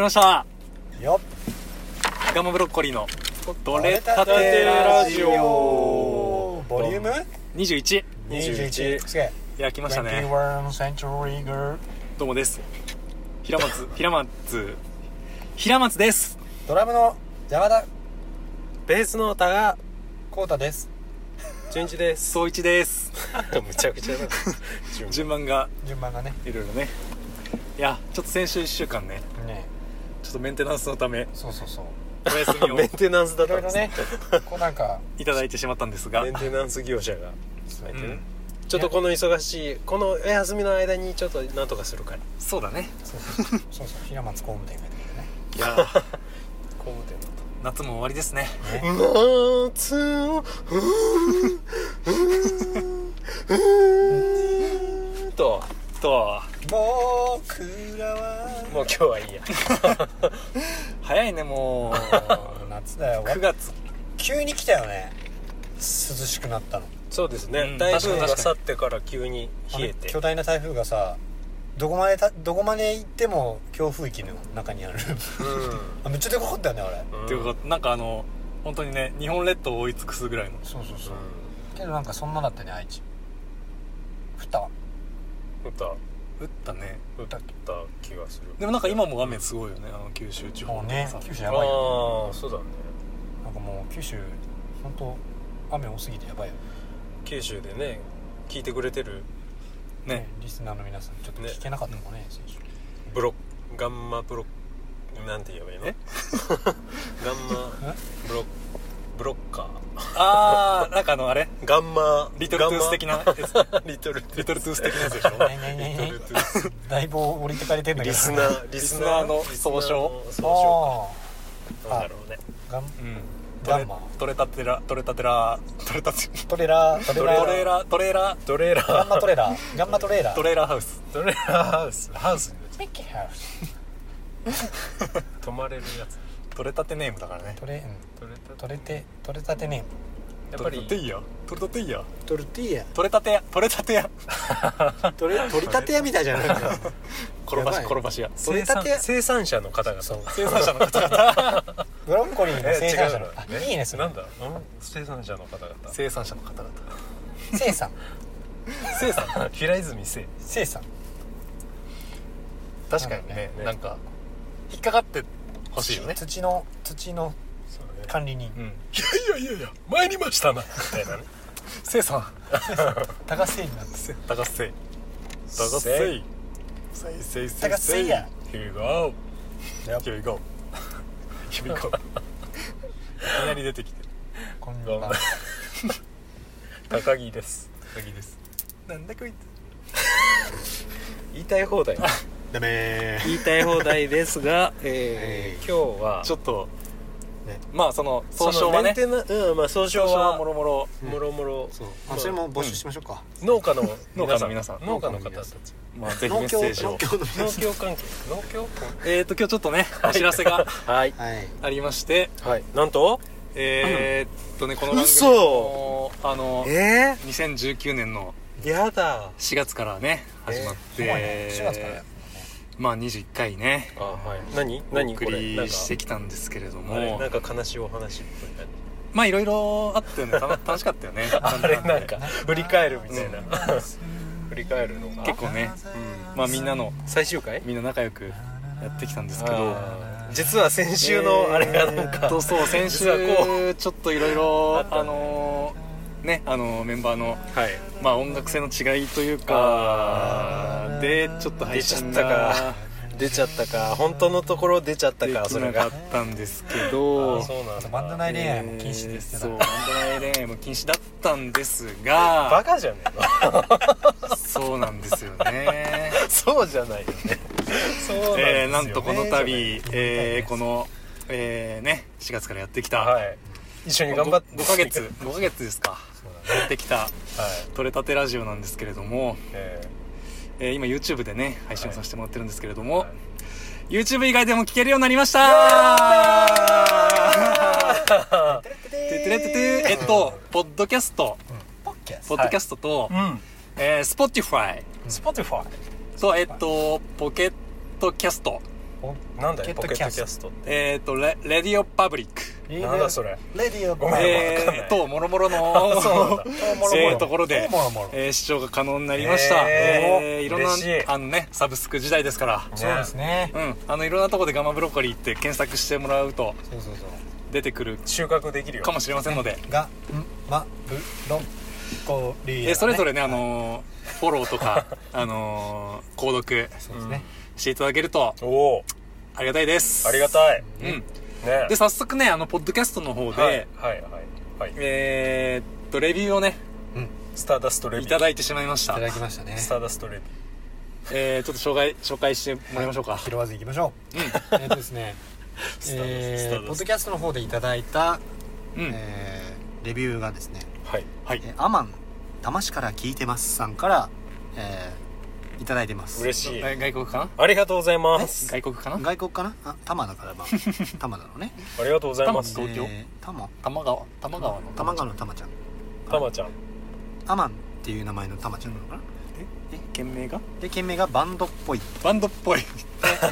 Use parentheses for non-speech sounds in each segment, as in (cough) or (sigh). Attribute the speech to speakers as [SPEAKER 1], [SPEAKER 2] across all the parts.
[SPEAKER 1] ました
[SPEAKER 2] よっ
[SPEAKER 1] ガンマブロッコリーのど
[SPEAKER 2] 取
[SPEAKER 1] れたてラジオ
[SPEAKER 2] ボリューム
[SPEAKER 1] 21い
[SPEAKER 2] 21すげえ
[SPEAKER 1] や来ましたね
[SPEAKER 2] 21 century girl
[SPEAKER 1] どうもです平松平松平松です
[SPEAKER 2] ドラムの山田
[SPEAKER 3] ベースの歌が
[SPEAKER 2] 浩太です
[SPEAKER 3] 順
[SPEAKER 1] (laughs)
[SPEAKER 3] 一です
[SPEAKER 1] 総一です
[SPEAKER 3] むちゃくちゃだ順
[SPEAKER 1] 順番が
[SPEAKER 2] 順番がね
[SPEAKER 1] いろいろねいやちょっと先週1週間ね
[SPEAKER 2] ね
[SPEAKER 1] ちょっとメンテナンスのため
[SPEAKER 2] そうそうそう
[SPEAKER 1] お休
[SPEAKER 3] (laughs)
[SPEAKER 1] みを
[SPEAKER 3] (laughs) メンテナンスだ
[SPEAKER 2] い
[SPEAKER 3] った
[SPEAKER 2] ろいろ
[SPEAKER 3] んですね
[SPEAKER 2] ねこうなんか
[SPEAKER 1] いただいてしまったんですが
[SPEAKER 3] メンテナンス業者がそうやってね
[SPEAKER 1] うん
[SPEAKER 3] ちょっとこの忙しいこのお休みの間にちょっと何とかするから
[SPEAKER 1] そうだね
[SPEAKER 2] そうそうそうそう平松工務店がいてね
[SPEAKER 1] いや
[SPEAKER 3] (laughs) 工務店だと
[SPEAKER 1] 夏も終わりですね
[SPEAKER 3] 夏を (laughs) うーんうーんと
[SPEAKER 1] と
[SPEAKER 2] 僕らは
[SPEAKER 3] もう今日はいいや
[SPEAKER 1] 早いねも (laughs) う
[SPEAKER 2] 夏だよ
[SPEAKER 1] 9月
[SPEAKER 2] 急に来たよね涼しくなったの
[SPEAKER 3] そうです
[SPEAKER 1] うん
[SPEAKER 3] ね台風
[SPEAKER 1] 確か
[SPEAKER 3] が
[SPEAKER 1] に確
[SPEAKER 3] 去
[SPEAKER 1] か
[SPEAKER 3] ってから急に冷え
[SPEAKER 2] あの
[SPEAKER 3] て
[SPEAKER 2] 巨大な台風がさどこまでたどこまで行っても強風域の中にある
[SPEAKER 3] う
[SPEAKER 2] あめっちゃでかかったよねあれ
[SPEAKER 1] (laughs)
[SPEAKER 3] ん
[SPEAKER 1] っていうかなんかあの本当にね日本列島を追い尽くすぐらいの
[SPEAKER 2] そうそう
[SPEAKER 3] う
[SPEAKER 2] そ
[SPEAKER 3] ん
[SPEAKER 2] けどなんかそんなだったね愛知降ったわ
[SPEAKER 3] 打った
[SPEAKER 1] 打ったね
[SPEAKER 3] 打った気がする
[SPEAKER 1] でもなんか今も雨すごいよねあの九州地方
[SPEAKER 2] もうね九州や
[SPEAKER 3] あ
[SPEAKER 2] ばいよ
[SPEAKER 3] あーそうだね
[SPEAKER 2] なんかもう九州本当雨多すぎてやばいよ
[SPEAKER 3] 九州でね聞いてくれてる
[SPEAKER 1] ね
[SPEAKER 2] リスナーの皆さんちょっと
[SPEAKER 3] ね
[SPEAKER 2] 聞けなかったのもね先週
[SPEAKER 3] ブロッガンマブロッなんて言えばいいのガ (laughs) ンマブロッブロッカ
[SPEAKER 1] ああなんかあのあれ
[SPEAKER 3] ーガンマ
[SPEAKER 1] リトルトゥース的なやつ
[SPEAKER 3] ガンマ (laughs) リトルトゥース
[SPEAKER 1] リトルトゥース的なやつで (laughs) しょ
[SPEAKER 2] ねえねえねえ
[SPEAKER 3] リト
[SPEAKER 2] ね
[SPEAKER 3] ルトゥース
[SPEAKER 2] えだいぶ降りてかれてんだけ
[SPEAKER 3] リ
[SPEAKER 2] ど
[SPEAKER 3] スナーリ
[SPEAKER 1] スナーの総称
[SPEAKER 3] リスナーの総
[SPEAKER 2] あ
[SPEAKER 3] 称なんだろうね
[SPEAKER 2] あガン
[SPEAKER 1] うん
[SPEAKER 2] ガンマ
[SPEAKER 1] トレタテラトレタテラトレタテ
[SPEAKER 2] トレーラートレ
[SPEAKER 1] ト
[SPEAKER 2] ーラー
[SPEAKER 1] レーラートレーラ
[SPEAKER 3] トレーラ
[SPEAKER 2] ガンマ
[SPEAKER 3] ー
[SPEAKER 2] トレーラーガンマトレーラー
[SPEAKER 1] ートレーラーハウス
[SPEAKER 3] トレーラーハウスハウスに
[SPEAKER 2] ミッキーハウス
[SPEAKER 3] 泊まれるやつ
[SPEAKER 1] トレタテネームだからね
[SPEAKER 2] トレうん
[SPEAKER 3] トレータ
[SPEAKER 2] 取れて取れたてね
[SPEAKER 3] やっぱ
[SPEAKER 1] トレ
[SPEAKER 3] り
[SPEAKER 1] タテイヤトレタテイヤ
[SPEAKER 2] トルティーヤ
[SPEAKER 1] トレタテヤトレタテヤ
[SPEAKER 2] (laughs) 取れ取りたて屋みたいじゃ (laughs) ないか
[SPEAKER 1] 転ばし
[SPEAKER 2] やばい
[SPEAKER 1] 転ばし屋
[SPEAKER 2] 取
[SPEAKER 3] 生
[SPEAKER 2] れた
[SPEAKER 3] 産
[SPEAKER 2] て
[SPEAKER 3] 生産者の方がそう
[SPEAKER 1] 生産者の方々
[SPEAKER 2] (laughs) ブロッコリーの生産者の
[SPEAKER 3] え
[SPEAKER 2] あ
[SPEAKER 3] 違うの
[SPEAKER 2] いいねそれ
[SPEAKER 3] なんだうん生産者の方々
[SPEAKER 1] 生産者の方々
[SPEAKER 2] 生産
[SPEAKER 1] 生産
[SPEAKER 3] 平泉聖
[SPEAKER 2] 生産
[SPEAKER 1] 確かにね
[SPEAKER 3] ね
[SPEAKER 1] なんか引っかかってほしいよね
[SPEAKER 2] 土の土の管理人
[SPEAKER 1] うん
[SPEAKER 3] いやいやいや参りましたなみたいなね
[SPEAKER 1] 生産
[SPEAKER 2] 高瀬になって
[SPEAKER 1] 高須生高須生生生生
[SPEAKER 2] 高瀬や
[SPEAKER 3] Here we go
[SPEAKER 1] Here we
[SPEAKER 3] (laughs)
[SPEAKER 1] go Here we go いきなり出てきてる
[SPEAKER 2] こんばんは
[SPEAKER 3] 高木です
[SPEAKER 1] 高木ですなんだこいつ
[SPEAKER 3] 言いたい放題今
[SPEAKER 2] ダメ
[SPEAKER 1] 言いたい放題ですが (laughs) え
[SPEAKER 3] 日
[SPEAKER 1] ー
[SPEAKER 3] は
[SPEAKER 1] ちょっと
[SPEAKER 2] ね
[SPEAKER 1] まあその総
[SPEAKER 3] そ
[SPEAKER 1] 称
[SPEAKER 3] の
[SPEAKER 1] は
[SPEAKER 3] メ
[SPEAKER 1] ね
[SPEAKER 3] ンテナうんまあ総称
[SPEAKER 1] 総称は
[SPEAKER 3] は
[SPEAKER 1] もろもろ
[SPEAKER 3] もろもろ
[SPEAKER 2] そう
[SPEAKER 3] ま
[SPEAKER 2] あ
[SPEAKER 3] あ
[SPEAKER 2] それも募集しましょうか
[SPEAKER 3] 農家の
[SPEAKER 1] 農家の皆さん
[SPEAKER 3] 農家の方たち
[SPEAKER 1] まあぜひメッセージを
[SPEAKER 2] 農協の
[SPEAKER 3] 農協関係農協
[SPEAKER 1] えーと今日ちょっとねお知らせが
[SPEAKER 3] はい
[SPEAKER 2] はい
[SPEAKER 1] ありまして
[SPEAKER 3] はいなんと
[SPEAKER 1] えーっとねこの番組
[SPEAKER 3] 嘘
[SPEAKER 1] のあの
[SPEAKER 3] え
[SPEAKER 1] 2019年の
[SPEAKER 3] ーやだ
[SPEAKER 1] 4月からね
[SPEAKER 3] えー
[SPEAKER 1] 始まっ
[SPEAKER 2] すご
[SPEAKER 1] て、
[SPEAKER 2] いね4月からや
[SPEAKER 1] まあ21回ね
[SPEAKER 3] あはい何
[SPEAKER 1] お
[SPEAKER 3] 何
[SPEAKER 1] 送
[SPEAKER 3] これなん
[SPEAKER 1] り
[SPEAKER 3] か
[SPEAKER 1] してきたんですけれど
[SPEAKER 3] あれ
[SPEAKER 1] も
[SPEAKER 3] なんか悲しいお話っぽい感じ
[SPEAKER 1] まあいろいろあってねたの楽しかったよね
[SPEAKER 3] (laughs) あれなんか振り返るみたいな振り返るのが
[SPEAKER 1] 結構ね
[SPEAKER 3] うん
[SPEAKER 1] まあみんなの
[SPEAKER 3] 最終回
[SPEAKER 1] みんな仲良くやってきたんですけど
[SPEAKER 3] あー実は先週のあれがなん
[SPEAKER 1] えー
[SPEAKER 3] か
[SPEAKER 1] っとそう先週
[SPEAKER 3] 実はこ
[SPEAKER 1] ちょっといろい
[SPEAKER 3] あ
[SPEAKER 1] ろ
[SPEAKER 3] った
[SPEAKER 1] あ
[SPEAKER 3] ね
[SPEAKER 1] のーねあのメンバーの
[SPEAKER 3] はい
[SPEAKER 1] まあ音楽性の違いというかでちょっと配信
[SPEAKER 3] 出ちゃった
[SPEAKER 1] が
[SPEAKER 3] か出ちゃったか本当のところ出ちゃった
[SPEAKER 1] でき
[SPEAKER 3] かそれ
[SPEAKER 1] なか
[SPEAKER 3] が
[SPEAKER 1] ったんですけ
[SPEAKER 3] あ
[SPEAKER 1] ど
[SPEAKER 3] ーそうなんだ
[SPEAKER 2] バンド内恋愛も禁止ですけ
[SPEAKER 1] そう
[SPEAKER 2] ど
[SPEAKER 1] バンド内恋愛も禁止だったんです
[SPEAKER 3] バ
[SPEAKER 1] が
[SPEAKER 3] カじゃねえの
[SPEAKER 1] そうなんですよね
[SPEAKER 3] そうじゃないよねそうなんですよね
[SPEAKER 1] えーなんとこの
[SPEAKER 3] じゃ
[SPEAKER 1] 度、
[SPEAKER 2] す
[SPEAKER 1] えーこの、えーね4月からやってきた、
[SPEAKER 3] ないはい一緒に頑張って
[SPEAKER 1] 5, ヶ月5ヶ月ですかやってきた
[SPEAKER 3] はい
[SPEAKER 1] 「取れたてラジオ」なんですけれども、
[SPEAKER 3] え
[SPEAKER 1] えー今 YouTube でね配信をさせてもらってるんですけれども、
[SPEAKER 3] ーはい
[SPEAKER 1] YouTube 以外でも聞けるようになりましたててれててえっとポッドキャスト
[SPEAKER 2] ポッキャス
[SPEAKER 1] ポッドキャストと、
[SPEAKER 3] うん
[SPEAKER 1] えー、Spotify
[SPEAKER 3] Spotify
[SPEAKER 1] とえっとポケットキャスト
[SPEAKER 2] ポ
[SPEAKER 4] なんだよポ
[SPEAKER 2] ポ
[SPEAKER 4] ケットキ
[SPEAKER 2] ケットキャスト
[SPEAKER 4] ャストって
[SPEAKER 1] えー、とレレディオパブリック
[SPEAKER 2] いいね
[SPEAKER 3] なんだそれ
[SPEAKER 2] レディオ
[SPEAKER 3] ごめん
[SPEAKER 1] え
[SPEAKER 3] わかんない
[SPEAKER 1] ー、ともろもろの
[SPEAKER 3] そうなんだ
[SPEAKER 1] えーところで
[SPEAKER 2] もろもろ
[SPEAKER 1] えー視聴が可能になりました、え
[SPEAKER 3] えー
[SPEAKER 1] ーいろんな
[SPEAKER 3] 嬉しい
[SPEAKER 1] あの、ね、サブスク時代ですから、
[SPEAKER 2] そうですね
[SPEAKER 1] うん、あのいろんなところでガンマブロッコリーって検索してもらうと
[SPEAKER 2] そうそうそう
[SPEAKER 1] 出てくる
[SPEAKER 3] 収穫できるよ
[SPEAKER 1] かもしれませんので、
[SPEAKER 2] がんまぶろこり
[SPEAKER 1] えーそれぞれね、あのーフォローとか、 (laughs) あのー購読
[SPEAKER 2] そうですね
[SPEAKER 1] していただけると
[SPEAKER 3] おお
[SPEAKER 1] ありがたいです
[SPEAKER 3] ありがたいね
[SPEAKER 1] うん、
[SPEAKER 3] え
[SPEAKER 1] で早速ねあのポッドキャストの方で、
[SPEAKER 3] はいはいはいはい
[SPEAKER 1] えーっとレビューをね
[SPEAKER 3] スターダストレビ
[SPEAKER 1] い
[SPEAKER 3] ュ
[SPEAKER 1] た
[SPEAKER 3] ー
[SPEAKER 1] だいてしまいまし
[SPEAKER 2] い
[SPEAKER 1] た
[SPEAKER 2] ただきましたね
[SPEAKER 3] スターダストレビュー
[SPEAKER 1] えー、ちょっと紹介紹介してもらいましょうか、
[SPEAKER 2] 拾わずいきましょうえっとですね
[SPEAKER 4] スターダス
[SPEAKER 2] え
[SPEAKER 4] タ
[SPEAKER 2] ー
[SPEAKER 4] ーダ
[SPEAKER 2] ポッド
[SPEAKER 4] ス
[SPEAKER 2] キャストの方でいただいた
[SPEAKER 1] うん
[SPEAKER 2] えーレビューがですね
[SPEAKER 3] はい
[SPEAKER 1] はい
[SPEAKER 2] えーアマン多摩市から聞いてますさんからえーいただいてます
[SPEAKER 3] 嬉しい
[SPEAKER 1] え外国かな
[SPEAKER 3] ありがとうございます
[SPEAKER 1] 外国かな
[SPEAKER 2] 外国かなあ多摩だからまあ多摩だろうね
[SPEAKER 3] ありがとうございます
[SPEAKER 1] 多摩東京
[SPEAKER 2] えー多摩
[SPEAKER 1] 玉川玉川の
[SPEAKER 2] 多摩川の多摩ちゃん
[SPEAKER 3] たまちゃん
[SPEAKER 2] アマンっていう名前のタマちゃんなのかな
[SPEAKER 1] え県名が
[SPEAKER 2] で県名がバンドっぽいで
[SPEAKER 1] バンドっぽい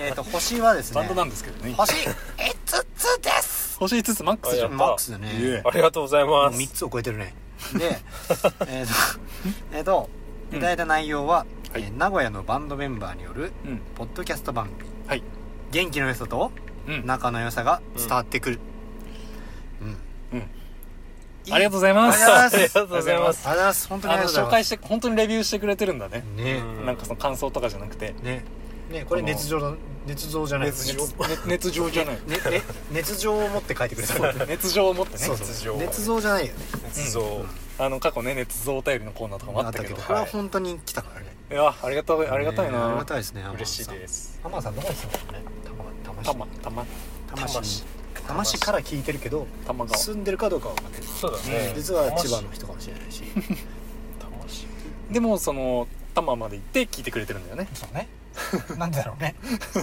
[SPEAKER 2] えっと星はですね
[SPEAKER 1] バンドなんですけどね
[SPEAKER 2] 星5つです
[SPEAKER 1] 星5つマックスじゃん
[SPEAKER 3] あ
[SPEAKER 2] マックスだね
[SPEAKER 1] いえ
[SPEAKER 3] ありがとうござい
[SPEAKER 2] もう
[SPEAKER 3] ま
[SPEAKER 2] 3
[SPEAKER 3] す
[SPEAKER 2] つを超えてるね
[SPEAKER 1] (laughs)
[SPEAKER 2] でえっとえっと
[SPEAKER 1] うん
[SPEAKER 2] いただいた内容は、え
[SPEAKER 1] はい
[SPEAKER 2] ー名古屋のバンドメンバーによる
[SPEAKER 1] うん
[SPEAKER 2] ポッドキャスト番組
[SPEAKER 1] はい
[SPEAKER 2] 元気の良さと
[SPEAKER 1] うん
[SPEAKER 2] 仲の良さが伝わってくるうん
[SPEAKER 1] ありがとうございます
[SPEAKER 2] あ
[SPEAKER 3] あり
[SPEAKER 2] り
[SPEAKER 3] がとうございます
[SPEAKER 2] ありがとうございます本当に
[SPEAKER 1] あ
[SPEAKER 2] あり
[SPEAKER 1] の
[SPEAKER 2] がとう
[SPEAKER 1] 紹
[SPEAKER 2] ござい
[SPEAKER 1] 介して本当にレビューしてくれてるんだね
[SPEAKER 2] ますね
[SPEAKER 3] うん
[SPEAKER 1] なんかその感想とかじゃなくて
[SPEAKER 2] ねねこれ
[SPEAKER 1] この
[SPEAKER 2] 捏造だ捏造じゃない
[SPEAKER 3] 捏造
[SPEAKER 1] 熱熱情じゃ (laughs) ない
[SPEAKER 2] ねね熱情を持って書いてくれた
[SPEAKER 1] 熱情を持ってね
[SPEAKER 2] そう
[SPEAKER 3] 熱
[SPEAKER 2] そ
[SPEAKER 3] 情
[SPEAKER 2] う熱情じゃないよね
[SPEAKER 3] 仏像
[SPEAKER 1] あの過去ね熱情お便りのコーナーとかもあったけど
[SPEAKER 2] これは本当に来たからね
[SPEAKER 1] いやありがたいありがたい
[SPEAKER 2] ねあり
[SPEAKER 1] な
[SPEAKER 2] がたいですね
[SPEAKER 3] 嬉しいです
[SPEAKER 2] 浜田さんどこに住んでるのね玉
[SPEAKER 1] 玉玉
[SPEAKER 2] 玉
[SPEAKER 3] 魂
[SPEAKER 2] 魂魂から聞いてるけど
[SPEAKER 1] 玉川
[SPEAKER 2] 住んでるかどうかは分かってる
[SPEAKER 3] そうだね
[SPEAKER 2] 実は千葉の人かもしれないし
[SPEAKER 3] 魂
[SPEAKER 1] でもその玉まで行って聞いてくれてるんだよね
[SPEAKER 2] そうねなんでだろう (laughs) ね
[SPEAKER 3] か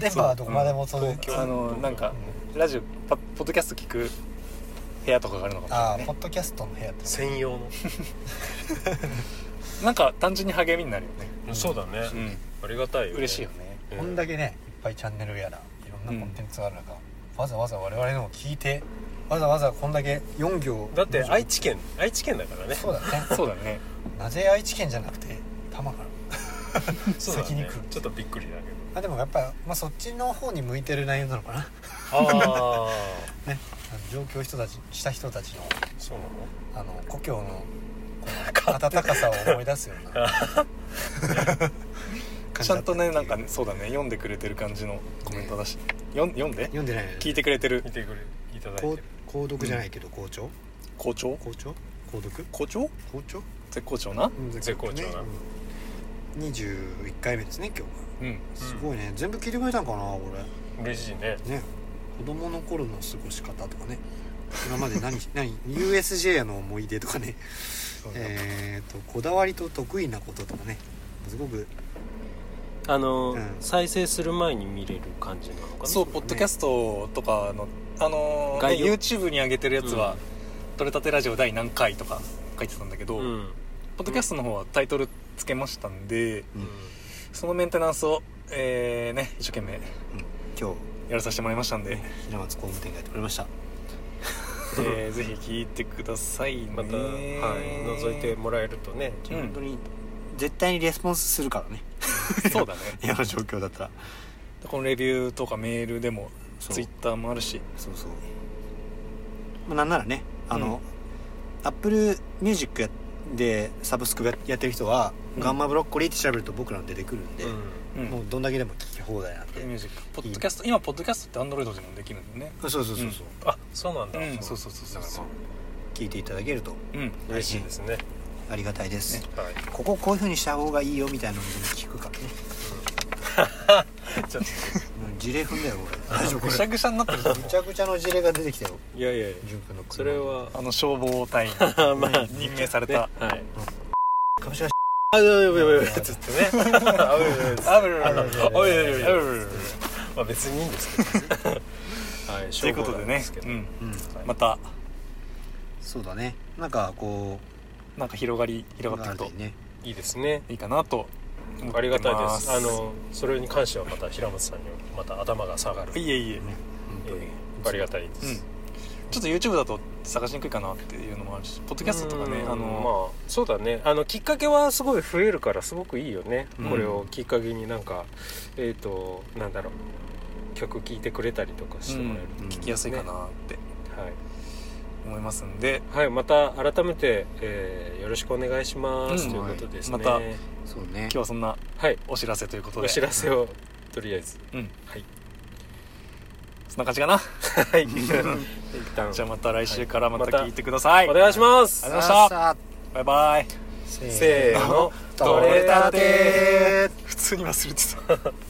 [SPEAKER 2] 電波はどこまでもそういう
[SPEAKER 1] あのなんかラジオパポッドキャスト聞く部屋とかがあるのかもしれな
[SPEAKER 2] あ
[SPEAKER 1] い
[SPEAKER 2] あ
[SPEAKER 1] ね
[SPEAKER 2] ポッドキャストの部屋って
[SPEAKER 3] 専用の
[SPEAKER 1] なんか単純に励みになるよね
[SPEAKER 3] そうだねありがたい
[SPEAKER 1] 嬉しいよね
[SPEAKER 3] うん
[SPEAKER 2] こんだけねいっぱいチャンネルやらいろんなコンテンツがある中わざわざ我々のを聞いてわざわざこんだけ4行
[SPEAKER 3] だって愛知県愛知県だからね
[SPEAKER 2] そうだね
[SPEAKER 1] そうだね
[SPEAKER 2] なぜ愛知県じゃなくて多摩から
[SPEAKER 3] そうだね
[SPEAKER 2] 先に来る
[SPEAKER 3] ちょっとびっくりだけど
[SPEAKER 2] あでもやっぱ、まあ、そっちの方に向いてる内容なのかな
[SPEAKER 3] ああ
[SPEAKER 2] ねあの上京人たちした人たちの
[SPEAKER 3] (laughs) そうなの
[SPEAKER 2] あの故郷のこの温かさを思い出すよう
[SPEAKER 1] (laughs)
[SPEAKER 2] な感じ
[SPEAKER 1] ちゃ
[SPEAKER 2] だ
[SPEAKER 1] ん
[SPEAKER 2] った
[SPEAKER 1] とねなんかねそうだね読んでくれてる感じのコメントだしよん読んで
[SPEAKER 2] 読んでないよね
[SPEAKER 1] 聞いてくれてる
[SPEAKER 3] 見てくれいただいて
[SPEAKER 2] こ
[SPEAKER 3] る
[SPEAKER 2] う購読じゃないけど校長
[SPEAKER 1] 校長
[SPEAKER 2] 校長購読
[SPEAKER 1] 校長
[SPEAKER 2] 校長
[SPEAKER 1] 絶好調な
[SPEAKER 2] うん
[SPEAKER 3] 絶好調な
[SPEAKER 2] うん21回目ですね今日が
[SPEAKER 1] うん
[SPEAKER 2] すごいね全部聞いてくれたんかなこ
[SPEAKER 3] 嬉しいね
[SPEAKER 2] れね子供の頃の過ごし方とかね今ま
[SPEAKER 1] (laughs)
[SPEAKER 2] で何何 USJ の思い出とかねえー、とこだわりと得意なこととかねすごく
[SPEAKER 4] あの
[SPEAKER 2] うん
[SPEAKER 4] 再生する前に見れる感じなのかな
[SPEAKER 1] そうポッドキャストとかのあのーね
[SPEAKER 4] 概要
[SPEAKER 1] YouTube に上げてるやつは「取れたてラジオ第何回」とか書いてたんだけど、
[SPEAKER 4] うん
[SPEAKER 1] ポッドキャストの方はタイトルつけましたんで、
[SPEAKER 2] うん
[SPEAKER 1] そのメンテナンスを、えーね、一生懸命や
[SPEAKER 2] 今
[SPEAKER 1] らさせてもらいましたんで、
[SPEAKER 2] 日平松工務店がやってくれました
[SPEAKER 1] えーぜひ聞いてくださいね
[SPEAKER 3] またはい覗いてもらえるとね
[SPEAKER 1] うん
[SPEAKER 2] 本当に絶対にレスポンスするからね
[SPEAKER 1] そうだね
[SPEAKER 2] 今の状況だったら
[SPEAKER 1] このレビューとかメールでも
[SPEAKER 2] そう
[SPEAKER 1] ツイッターもあるし
[SPEAKER 2] そうそう、まあ、なんならねあの、アップルミュージックでサブスクやってる人は、
[SPEAKER 1] うん
[SPEAKER 2] ガンマブロッコリーって調べると僕らの出てくるんで、
[SPEAKER 1] うん
[SPEAKER 2] もうどんだけでも聞き放題なんで、
[SPEAKER 1] ミュージックポッドキャスト今ポッドキャストってアンドロイドでもできるんでね
[SPEAKER 2] そうそうそうそう、
[SPEAKER 1] うん
[SPEAKER 3] あそうなんだ
[SPEAKER 1] うんそうそうそうそうそう
[SPEAKER 2] 聞いていただけると
[SPEAKER 1] うん
[SPEAKER 3] 嬉しいですね
[SPEAKER 2] ありがたいです、
[SPEAKER 3] はい
[SPEAKER 2] こここういう風にした方がいいよみたいなのも聞くからね
[SPEAKER 3] ちょっ
[SPEAKER 2] 事例踏んだよ俺大丈夫こ
[SPEAKER 1] ぐ
[SPEAKER 2] れ
[SPEAKER 1] しゃぐしゃになってると思う
[SPEAKER 2] ぐちゃぐちゃの事例が出てきたよ
[SPEAKER 4] いやいやいや
[SPEAKER 2] 純君の車
[SPEAKER 4] それは
[SPEAKER 1] あの消防隊員
[SPEAKER 4] まあ
[SPEAKER 1] 任命され
[SPEAKER 3] (laughs)
[SPEAKER 1] た
[SPEAKER 4] はい
[SPEAKER 2] かもしれない
[SPEAKER 4] あいやいやいやいや
[SPEAKER 3] つってねあうう
[SPEAKER 1] あ
[SPEAKER 3] う
[SPEAKER 1] ぶるあぶる
[SPEAKER 3] あううう
[SPEAKER 1] あぶる
[SPEAKER 3] まあ別にいいんですけ
[SPEAKER 1] (laughs)
[SPEAKER 3] ど
[SPEAKER 4] はい
[SPEAKER 1] ということでね
[SPEAKER 3] 消防団ですけ、ど
[SPEAKER 1] うん、
[SPEAKER 2] うん
[SPEAKER 1] また
[SPEAKER 2] そうだねなんかこう
[SPEAKER 1] なんか広がり広がってい
[SPEAKER 2] あ
[SPEAKER 1] く
[SPEAKER 2] るとい
[SPEAKER 1] と
[SPEAKER 2] いね
[SPEAKER 3] いいですね
[SPEAKER 1] いいかなと
[SPEAKER 3] ありがたいですあ
[SPEAKER 1] あの
[SPEAKER 3] のそれに関してはまた平松さんにまた頭が下がる、
[SPEAKER 1] いえいえ、
[SPEAKER 3] ええありがたいです、
[SPEAKER 1] うんちょっと YouTube だと探しにくいかなっていうのもあるしポッドキャストとかね
[SPEAKER 3] うん
[SPEAKER 1] あの、
[SPEAKER 3] まあそうだねあのきっかけはすごい増えるからすごくいいよね、
[SPEAKER 1] うん
[SPEAKER 3] これをきっかけになんかえっ、となんだろう曲聴いてくれたりとかしてもらえると、
[SPEAKER 2] うん
[SPEAKER 1] 聞きやすいかなって
[SPEAKER 3] はい
[SPEAKER 1] 思いますんで、
[SPEAKER 3] はい、また改めて、えーよろしくお願いします、
[SPEAKER 1] うん
[SPEAKER 3] ということですね。
[SPEAKER 1] はいまた
[SPEAKER 2] そうね
[SPEAKER 1] 今日はそんな
[SPEAKER 3] はい、
[SPEAKER 1] お知らせということで
[SPEAKER 3] お知らせをとりあ
[SPEAKER 1] (laughs)
[SPEAKER 3] えず、
[SPEAKER 1] うん
[SPEAKER 3] はい、
[SPEAKER 1] そんな感じかな
[SPEAKER 3] はい、一旦
[SPEAKER 1] じゃあまた来週からま
[SPEAKER 3] はい
[SPEAKER 1] た
[SPEAKER 3] また
[SPEAKER 1] 聞いてください、
[SPEAKER 3] お願いします。
[SPEAKER 1] ありがとうございました
[SPEAKER 2] さあ
[SPEAKER 1] バイバイ
[SPEAKER 2] せーの
[SPEAKER 3] せーの、
[SPEAKER 1] (laughs) 取
[SPEAKER 2] 取
[SPEAKER 1] れ
[SPEAKER 2] れ
[SPEAKER 1] た
[SPEAKER 2] た
[SPEAKER 1] て
[SPEAKER 2] て
[SPEAKER 1] 普通に忘れてた